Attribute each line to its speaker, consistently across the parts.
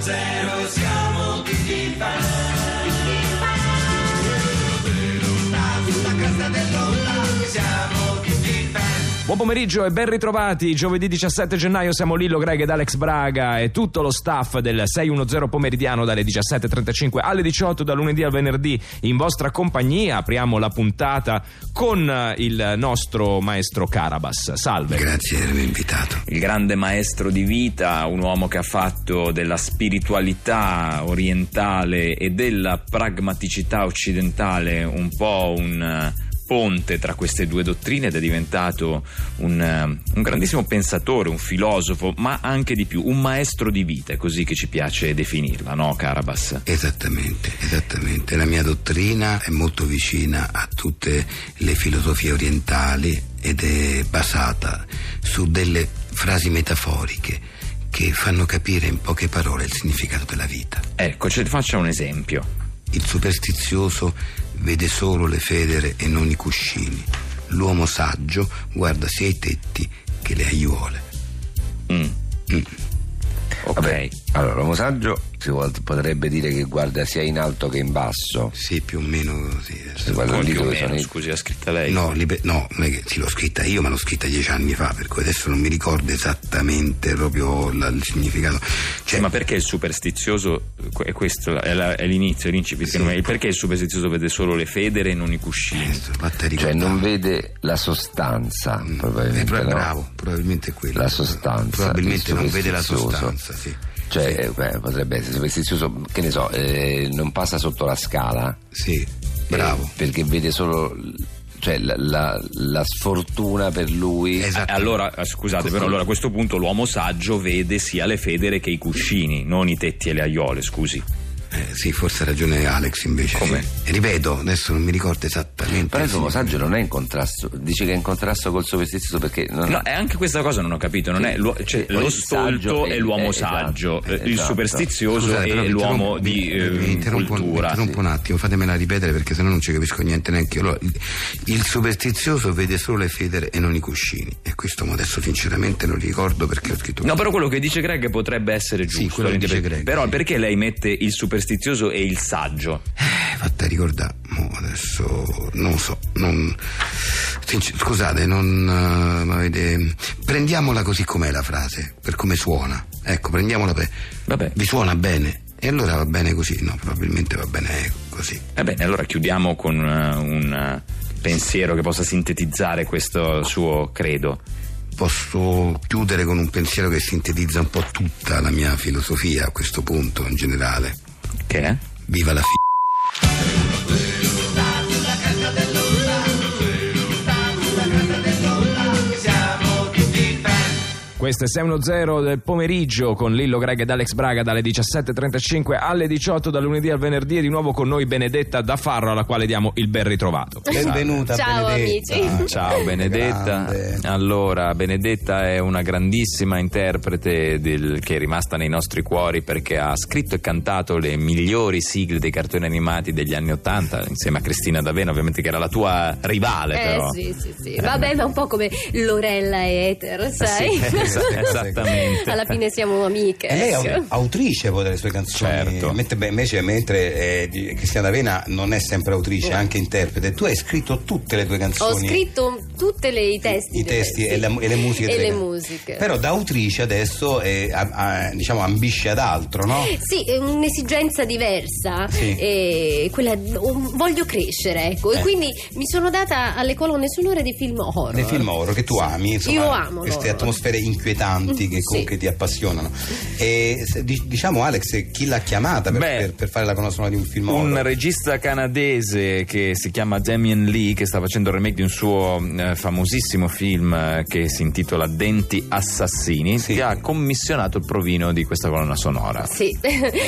Speaker 1: zero siamo tutti fan. Nulla sulla cresta dell'onda, siamo tutti fan.
Speaker 2: Buon pomeriggio e ben ritrovati. Giovedì 17 gennaio siamo Lillo Greg ed Alex Braga e tutto lo staff del 610 pomeridiano dalle 17.35 alle 18 da lunedì al venerdì in vostra compagnia. Apriamo la puntata con eh, il nostro maestro Carabas. Salve.
Speaker 3: Grazie di avermi invitato.
Speaker 4: il grande maestro di vita, un uomo che ha fatto della spiritualità orientale e della pragmaticità occidentale un po' un eh, ponte tra queste due dottrine ed è diventato un, eh, un grandissimo pensatore, un filosofo, ma anche di più, un maestro di vita, è così che ci piace definirla, no Carabas?
Speaker 3: Esattamente, esattamente. La mia dottrina è molto vicina a tutte le filosofie orientali ed è basata su delle frasi metaforiche che fanno capire in poche parole il significato della vita.
Speaker 4: Ecco, ce- faccia un esempio.
Speaker 3: Il superstizioso vede solo le federe e non i cuscini. L'uomo saggio guarda sia i tetti che le aiuole.
Speaker 4: Mm.
Speaker 3: Mm.
Speaker 4: Ok.
Speaker 5: Vabbè, allora l'uomo saggio si vuol- potrebbe dire che guarda sia in alto che in basso.
Speaker 3: Sì, più o meno così.
Speaker 5: Si guarda
Speaker 4: Come
Speaker 5: lì
Speaker 4: più o
Speaker 5: dove
Speaker 4: meno,
Speaker 5: sono i-
Speaker 4: scusi, l'ha scritta lei.
Speaker 3: Eh, No, libe- no, non è che sì, l'ho scritta io, ma l'ho scritta dieci anni fa, per cui adesso non mi ricordo esattamente proprio la- il significato. Cioè,
Speaker 4: Cioè, ma perché il superstizioso, que- questo è, la- è l'inizio, è l'incipit, secondo me, perché il superstizioso vede solo le federe e non i cuscini?
Speaker 3: questo, vattene a
Speaker 5: Cioè
Speaker 3: ricordare.
Speaker 5: non vede la sostanza,
Speaker 3: Mm, eh,
Speaker 5: probabilmente.
Speaker 3: però è
Speaker 5: no?
Speaker 3: bravo, probabilmente è quello.
Speaker 5: La sostanza,
Speaker 3: Probabilmente
Speaker 5: il
Speaker 3: non vede la
Speaker 5: superstizioso.
Speaker 3: sostanza, sì.
Speaker 5: Cioè, eh, beh, potrebbe essere superstizioso, che ne so, eh, non passa sotto la scala.
Speaker 3: Sì, bravo.
Speaker 5: eh, perché vede solo l- cioè, la, la- la sfortuna per lui.
Speaker 3: Esatto.
Speaker 4: Allora, eh, scusate, però allora a questo punto l'uomo saggio vede sia le federe che i cuscini, non i tetti e le aiole, scusi.
Speaker 3: Eh, sì, forse ha ragione Alex invece.
Speaker 4: Come?
Speaker 3: sì. Ripeto, adesso non mi ricordo esattamente.
Speaker 5: Però
Speaker 3: il
Speaker 5: il l'uomo
Speaker 3: significato.
Speaker 5: saggio non è in contrasto, dice che è in contrasto col superstizioso perché non
Speaker 4: No, e anche questa cosa non ho capito, non è l'uo- cioè,
Speaker 5: Sì,
Speaker 4: lo
Speaker 5: il
Speaker 4: stolto
Speaker 5: saggio
Speaker 4: e
Speaker 5: è-
Speaker 4: l'uomo
Speaker 5: è-
Speaker 4: saggio,
Speaker 5: esatto,
Speaker 4: eh, il
Speaker 5: esatto.
Speaker 4: superstizioso
Speaker 3: Scusate, però
Speaker 4: e
Speaker 3: mi
Speaker 4: l'uomo
Speaker 3: interrompo-
Speaker 4: di
Speaker 3: mi- mi
Speaker 4: eh,
Speaker 3: interrompo, Mi
Speaker 4: cultura.
Speaker 3: interrompo un attimo, fatemela ripetere perché sennò non ci capisco niente neanche io. Allora, il, il superstizioso vede solo le federe e non i cuscini. E questo mo adesso sinceramente non ricordo perché ho scritto.
Speaker 4: No, però quello che dice Greg potrebbe essere
Speaker 3: Sì,
Speaker 4: giusto.
Speaker 3: quello che dice
Speaker 4: per-
Speaker 3: Greg,
Speaker 4: Però
Speaker 3: sì.
Speaker 4: perché lei mette il superstizioso e il saggio?
Speaker 3: Eh, fatta ricordare. Mo adesso non lo so, non- sincer- scusate, non. eh, ma vede- Prendiamola così com'è la frase, per come suona. Ecco, prendiamola per.
Speaker 4: Vabbè.
Speaker 3: Vi suona bene? E allora va bene così? No, probabilmente va bene così.
Speaker 4: Va bene, Eh allora chiudiamo con eh, un eh, pensiero che possa sintetizzare questo suo credo.
Speaker 3: Posso chiudere con un pensiero che sintetizza un po' tutta la mia filosofia a questo punto in generale.
Speaker 4: Che è?
Speaker 3: Viva la fine!
Speaker 2: Questo è 610 del pomeriggio con Lillo Greg ed Alex Braga dalle 17.35 alle 18 da lunedì al venerdì e di nuovo con noi Benedetta da Farro alla quale diamo il ben ritrovato.
Speaker 6: Benvenuta
Speaker 7: Ciao,
Speaker 6: Benedetta.
Speaker 7: amici.
Speaker 4: Esatto. Ciao Benedetta.
Speaker 6: Eh, Grande.
Speaker 4: Allora, Benedetta è una grandissima interprete del- che è rimasta nei nostri cuori perché ha scritto e cantato le migliori sigle dei cartoni animati degli anni Ottanta, insieme a Cristina D'Avena, ovviamente che era la tua rivale,
Speaker 7: Eh
Speaker 4: però.
Speaker 7: sì, sì, sì. Vabbè, ma un po' come Lorella e
Speaker 6: Ah,
Speaker 7: Ether, sai?
Speaker 4: Sì, es- esattamente.
Speaker 7: Alla fine siamo amiche.
Speaker 6: E lei è
Speaker 7: ecco.
Speaker 6: au- autrice poi delle sue canzoni.
Speaker 4: Certo.
Speaker 6: Mentre, beh, invece, mentre eh, di- Cristiana D'Avena non è sempre autrice, è anche interprete. Tu hai scritto tutte le tue canzoni.
Speaker 7: Ho scritto tutti i testi.
Speaker 6: I
Speaker 7: delle-
Speaker 6: testi
Speaker 7: sì.
Speaker 6: e, la- e le musiche.
Speaker 7: E
Speaker 6: delle
Speaker 7: le
Speaker 6: can-
Speaker 7: musiche.
Speaker 6: Però da autrice adesso eh, a- a- diciamo ambisce ad altro, no?
Speaker 7: Sì, è un'esigenza diversa,
Speaker 6: Sì.
Speaker 7: eh, quella um, voglio crescere, ecco,
Speaker 6: Eh.
Speaker 7: e quindi mi sono data alle colonne sonore dei film horror.
Speaker 6: Dei film horror che tu ami, insomma,
Speaker 7: Io amo
Speaker 6: queste
Speaker 7: l'horror.
Speaker 6: atmosfere inquietanti che
Speaker 7: Sì.
Speaker 6: comunque ti appassionano. E se- di- diciamo Alex, chi l'ha chiamata per,
Speaker 4: Beh,
Speaker 6: per- per fare la colonna sonora di un film
Speaker 4: Un
Speaker 6: horror?
Speaker 4: regista canadese che si chiama Damien Lee, che sta facendo il remake di un suo eh, famosissimo film eh, che si intitola Denti Assassini,
Speaker 6: Sì.
Speaker 4: che ha commissionato il provino di questa colonna sonora.
Speaker 7: Sì.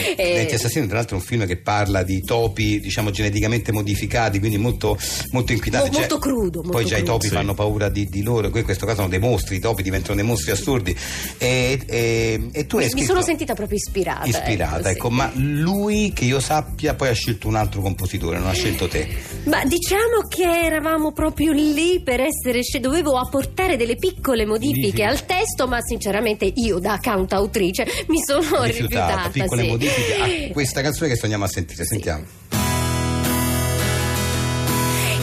Speaker 7: Eh,
Speaker 6: Denti Assassini, tra l'altro, è un film che parla di topi, diciamo, geneticamente modificati, quindi molto, molto inquietante.
Speaker 7: Mo- molto crudo, molto
Speaker 6: poi già i
Speaker 7: crudo.
Speaker 6: topi
Speaker 4: Sì.
Speaker 6: fanno paura di, di loro, que- in questo caso sono dei mostri, i topi diventano dei mostri assurdi. E, e- e tu hai
Speaker 7: mi, mi
Speaker 6: scritto-
Speaker 7: sono sentita proprio ispirata.
Speaker 6: ispirata,
Speaker 7: sì.
Speaker 6: ecco, ma lui che io sappia poi ha scelto un altro compositore, non ha scelto te.
Speaker 7: Ma diciamo che eravamo proprio lì per essere sce- dovevo apportare delle piccole modifiche
Speaker 6: Modifiche.
Speaker 7: al testo, ma sinceramente io da cantautrice mi sono rifiutata.
Speaker 6: piccole
Speaker 7: sì.
Speaker 6: modifiche a questa canzone che sogniamo a sentire. Sentiamo.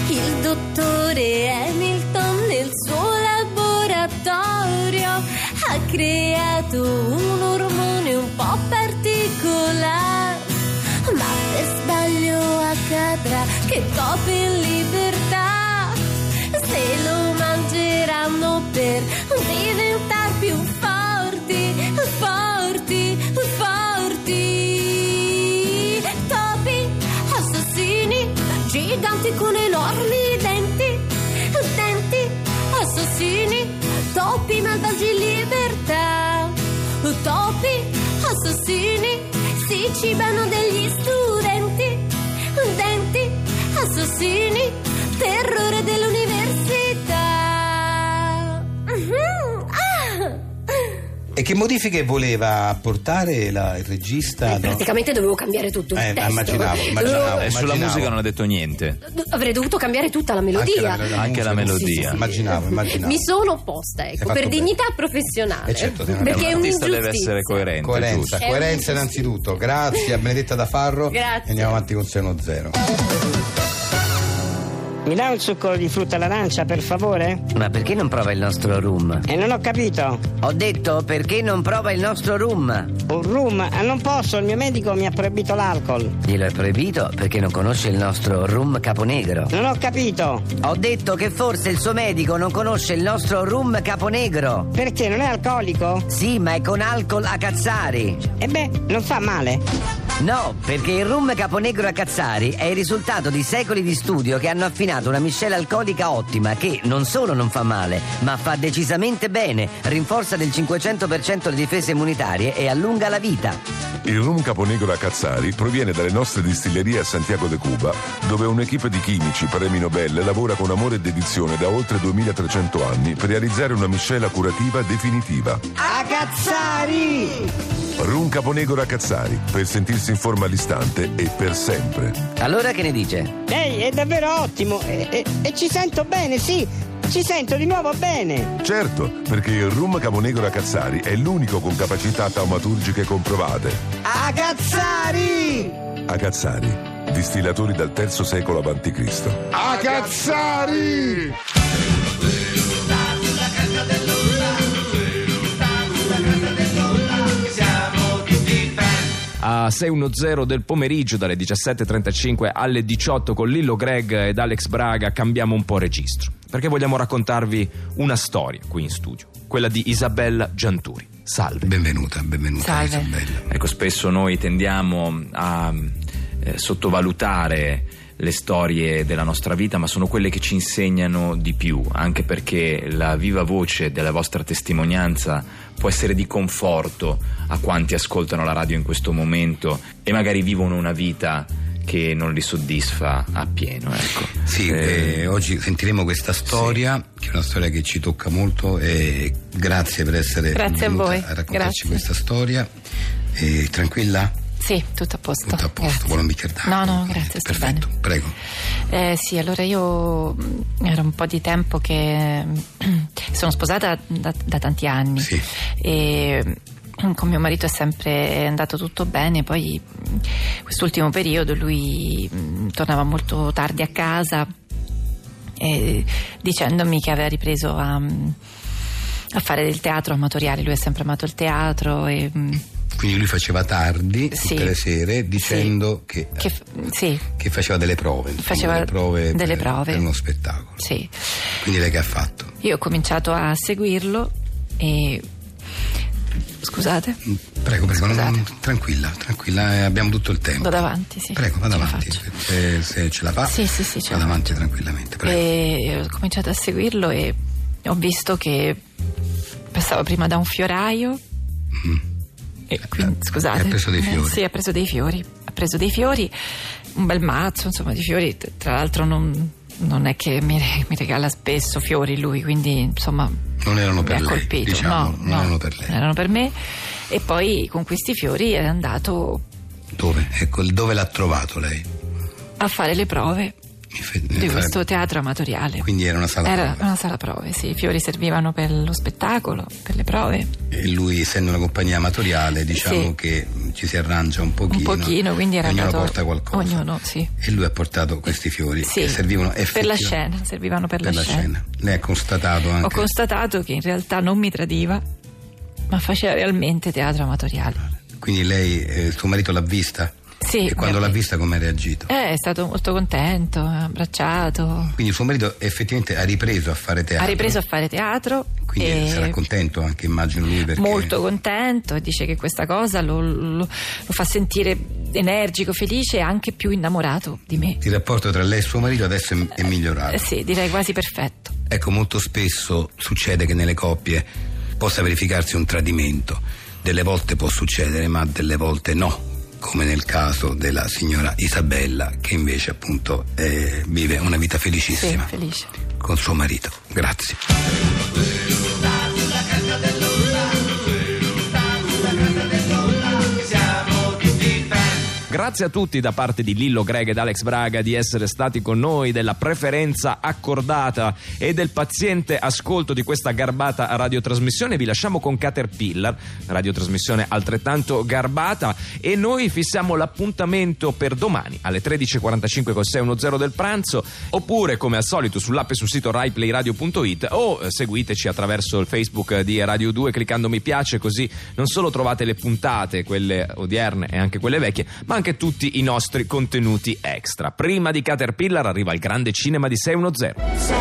Speaker 7: Il dottore Hamilton nel suo laboratorio ha creato un ormone un po' particolare, ma per sbaglio accadrà che copre in libertà. Se lo mangeranno per diventare più forti, forti, forti. Topi, assassini, giganti con enormi denti, denti, assassini, topi malvagi in libertà. Topi, assassini, si cibano degli studenti, denti, assassini, terrore dell'università. Mhm, ah!
Speaker 6: E che modifiche voleva apportare la- il regista?
Speaker 7: Eh,
Speaker 6: no?
Speaker 7: Praticamente dovevo cambiare tutto il
Speaker 6: Eh,
Speaker 7: testo.
Speaker 6: immaginavo, immaginavo.
Speaker 4: Eh, sulla
Speaker 6: immaginavo.
Speaker 4: musica non ha detto niente.
Speaker 7: Do- Avrei dovuto cambiare tutta la
Speaker 6: Anche
Speaker 7: melodia.
Speaker 6: la melodia.
Speaker 4: Anche la melodia.
Speaker 6: Immaginavo, immaginavo.
Speaker 7: Mi sono opposta, ecco,
Speaker 6: fatto
Speaker 7: per
Speaker 6: bene.
Speaker 7: dignità professionale.
Speaker 6: Eh, certo, sì, no,
Speaker 7: perché è
Speaker 4: un artista deve
Speaker 7: un'ingiustizia.
Speaker 4: essere coerente.
Speaker 6: Coerenza,
Speaker 4: giusto.
Speaker 7: È
Speaker 6: coerenza
Speaker 7: un-
Speaker 6: innanzitutto. Grazie a Benedetta da Farro.
Speaker 7: Grazie.
Speaker 6: E andiamo avanti con 6 0
Speaker 8: Mi dà un succo di frutta all'arancia, per favore?
Speaker 9: Ma perché non prova il nostro rum?
Speaker 8: E non ho capito.
Speaker 9: Ho detto perché non prova il nostro rum?
Speaker 8: Un rum? Ah, non posso, il mio medico mi ha proibito l'alcol.
Speaker 9: Glielo è proibito perché non conosce il nostro rum caponegro.
Speaker 8: Non ho capito.
Speaker 9: Ho detto che forse il suo medico non conosce il nostro rum caponegro.
Speaker 8: Perché non è alcolico?
Speaker 9: Sì, ma è con alcol a cazzari.
Speaker 8: E beh, non fa male.
Speaker 9: No, perché il rum caponegro a cazzari è il risultato di secoli di studio che hanno affinato una miscela alcolica ottima che non solo non fa male, ma fa decisamente bene, rinforza del 500% le difese immunitarie e allunga la vita.
Speaker 10: Il rum caponegro a Cazzari proviene dalle nostre distillerie a Santiago de Cuba, dove un'equipe di chimici premi Nobel lavora con amore e dedizione da oltre 2300 anni per realizzare una miscela curativa definitiva.
Speaker 8: A cazzari!
Speaker 10: Rum caponegro a Cazzari, per sentirsi in forma all'istante e per sempre.
Speaker 9: Allora che ne dice?
Speaker 8: Ehi, è davvero ottimo. E, e- e ci sento bene, sì. Ci sento di nuovo bene.
Speaker 10: Certo, perché il rum caponegro a Cazzari è l'unico con capacità taumaturgiche comprovate.
Speaker 8: A cazzari!
Speaker 10: A Cazzari, distillatori dal III secolo a.C.
Speaker 1: A cazzari!
Speaker 2: a 6.10 del pomeriggio dalle 17.35 alle 18 con Lillo Greg ed Alex Braga cambiamo un po' registro perché vogliamo raccontarvi una storia qui in studio quella di Isabella Gianturi salve
Speaker 3: Benvenuta, benvenuta
Speaker 11: Salve.
Speaker 3: Isabella.
Speaker 4: Ecco, spesso noi tendiamo a eh, sottovalutare le storie della nostra vita, ma sono quelle che ci insegnano di più, anche perché la viva voce della vostra testimonianza può essere di conforto a quanti ascoltano la radio in questo momento e magari vivono una vita che non li soddisfa appieno, ecco.
Speaker 3: Sì,
Speaker 4: Eh,
Speaker 3: eh, oggi sentiremo questa storia, che è una storia che ci tocca molto e grazie per essere
Speaker 11: Grazie a
Speaker 3: venuta
Speaker 11: voi,
Speaker 3: raccontarci
Speaker 11: grazie.
Speaker 3: questa storia. Eh, tranquilla?
Speaker 11: Sì, tutto a posto.
Speaker 3: Tutto a posto,
Speaker 11: Grazie.
Speaker 3: vuole mica dare.
Speaker 11: No, no, grazie, sto
Speaker 3: Perfetto,
Speaker 11: bene.
Speaker 3: prego.
Speaker 11: Eh, sì, allora io mh, era un po' di tempo che mh, sono sposata da, da tanti anni
Speaker 3: Sì.
Speaker 11: e mh, con mio marito è sempre andato tutto bene, poi mh, quest'ultimo periodo lui mh, tornava molto tardi a casa eh, dicendomi che aveva ripreso a, mh, a fare del teatro amatoriale, lui ha sempre amato il teatro e... mm, mh,
Speaker 3: Quindi lui faceva tardi
Speaker 11: Sì.
Speaker 3: tutte le sere dicendo
Speaker 11: Sì.
Speaker 3: che, eh,
Speaker 11: Che f- sì.
Speaker 3: che faceva delle prove, insomma,
Speaker 11: Faceva
Speaker 3: delle prove,
Speaker 11: delle
Speaker 3: per,
Speaker 11: prove.
Speaker 3: per uno spettacolo.
Speaker 11: Sì.
Speaker 3: Quindi lei che ha fatto?
Speaker 11: Io ho cominciato a seguirlo e. Scusate,
Speaker 3: Mm, Prego, prego, non-
Speaker 11: Scusate.
Speaker 3: tranquilla, tranquilla, eh, abbiamo tutto il tempo.
Speaker 11: vado avanti. Sì.
Speaker 3: Prego, vado
Speaker 11: Ce la
Speaker 3: avanti,
Speaker 11: faccio.
Speaker 3: se, se ce la fa.
Speaker 11: Sì, sì, sì, ce la Eh,
Speaker 3: Vado avanti tranquillamente, prego.
Speaker 11: E ho cominciato a seguirlo e ho visto che passava prima da un fioraio. E quindi,
Speaker 3: Eh,
Speaker 11: scusate.
Speaker 3: Mm. ha preso dei
Speaker 11: Eh,
Speaker 3: fiori.
Speaker 11: sì, ha preso dei fiori. Ha preso dei fiori, un bel mazzo, insomma, di fiori. T- Tra l'altro, non, non è che mi, re- mi regala spesso fiori lui, quindi insomma.
Speaker 3: Non erano
Speaker 11: mi
Speaker 3: per
Speaker 11: ha
Speaker 3: lei,
Speaker 11: colpito.
Speaker 3: diciamo,
Speaker 11: no,
Speaker 3: non
Speaker 11: no, Eh.
Speaker 3: erano per lei.
Speaker 11: non erano per me. E poi con questi fiori è andato
Speaker 3: Dove? Ecco, il- dove l'ha trovato lei?
Speaker 11: a fare le prove di questo teatro amatoriale.
Speaker 3: Quindi era una sala
Speaker 11: Era
Speaker 3: prove.
Speaker 11: una sala prove, sì, i fiori servivano per lo spettacolo, per le prove.
Speaker 3: E lui, essendo una compagnia amatoriale, diciamo
Speaker 11: Sì.
Speaker 3: che ci si arrangia un pochino.
Speaker 11: un pochino, quindi era
Speaker 3: ognuno
Speaker 11: andato
Speaker 3: porta qualcosa.
Speaker 11: Ognuno, sì.
Speaker 3: E lui ha portato questi fiori
Speaker 11: Sì,
Speaker 3: che servivano
Speaker 11: per la
Speaker 3: effettivamente-
Speaker 11: scena, servivano per,
Speaker 3: per la scena. Lei ha constatato anche.
Speaker 11: Ho constatato che in realtà non mi tradiva, ma faceva realmente teatro amatoriale.
Speaker 3: Quindi lei, eh, suo marito l'ha vista?
Speaker 11: Sì,
Speaker 3: E quando l'ha vista come ha reagito?
Speaker 11: eh, è stato molto contento, ha abbracciato,
Speaker 3: Quindi suo marito effettivamente ha ripreso a fare teatro.
Speaker 11: ha ripreso a fare teatro.
Speaker 3: Quindi
Speaker 11: e
Speaker 3: sarà contento anche, immagino lui, perché
Speaker 11: molto contento e dice che questa cosa lo, lo- lo fa sentire energico, felice e anche più innamorato di me.
Speaker 3: il rapporto tra lei e suo marito adesso è, è migliorato.
Speaker 11: Eh, sì, direi quasi perfetto.
Speaker 12: Ecco, molto spesso succede che nelle coppie possa verificarsi un tradimento. Delle volte può succedere, ma delle volte no, come nel caso della signora Isabella, che invece appunto eh, vive una vita
Speaker 11: Sì,
Speaker 12: felicissima
Speaker 11: felice.
Speaker 12: con suo marito. Grazie.
Speaker 4: Grazie a tutti da parte di Lillo Greg ed Alex Braga di essere stati con noi, della preferenza accordata e del paziente ascolto di questa garbata radiotrasmissione. Vi lasciamo con Caterpillar, radiotrasmissione altrettanto garbata e noi fissiamo l'appuntamento per domani alle 13.45 con 610 del pranzo oppure come al solito sull'app e sul sito raiplayradio.it o eh, seguiteci attraverso il Facebook di Radio 2 cliccando mi piace così non solo trovate le puntate, quelle odierne e anche quelle vecchie, ma anche tutti i nostri contenuti extra. Prima di Caterpillar arriva il grande cinema di 610.
Speaker 13: 6, 6, 6,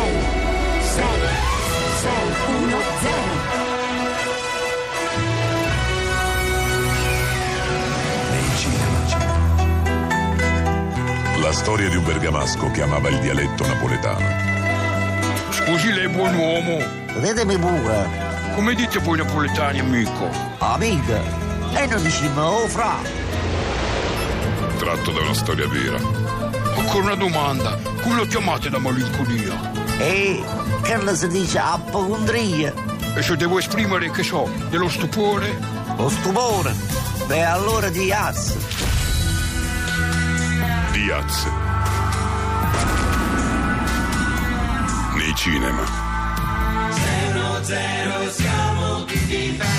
Speaker 13: 1, 0.
Speaker 10: La storia di un bergamasco che amava il dialetto napoletano.
Speaker 9: Scusi lei buon uomo. Vedetemi pure. Come dite voi napoletani, amico? Amica. E noi diciamo, oh fra.
Speaker 10: Tratto da una storia vera.
Speaker 9: Ancora una domanda. Come lo chiamate la malinconia? Eh, Carla si dice apocondria. E se devo esprimere, che so, dello stupore? Lo stupore? Beh, allora di ass.
Speaker 10: Diaz. Nei cinema.
Speaker 13: Sei uno zero, siamo tutti diversi.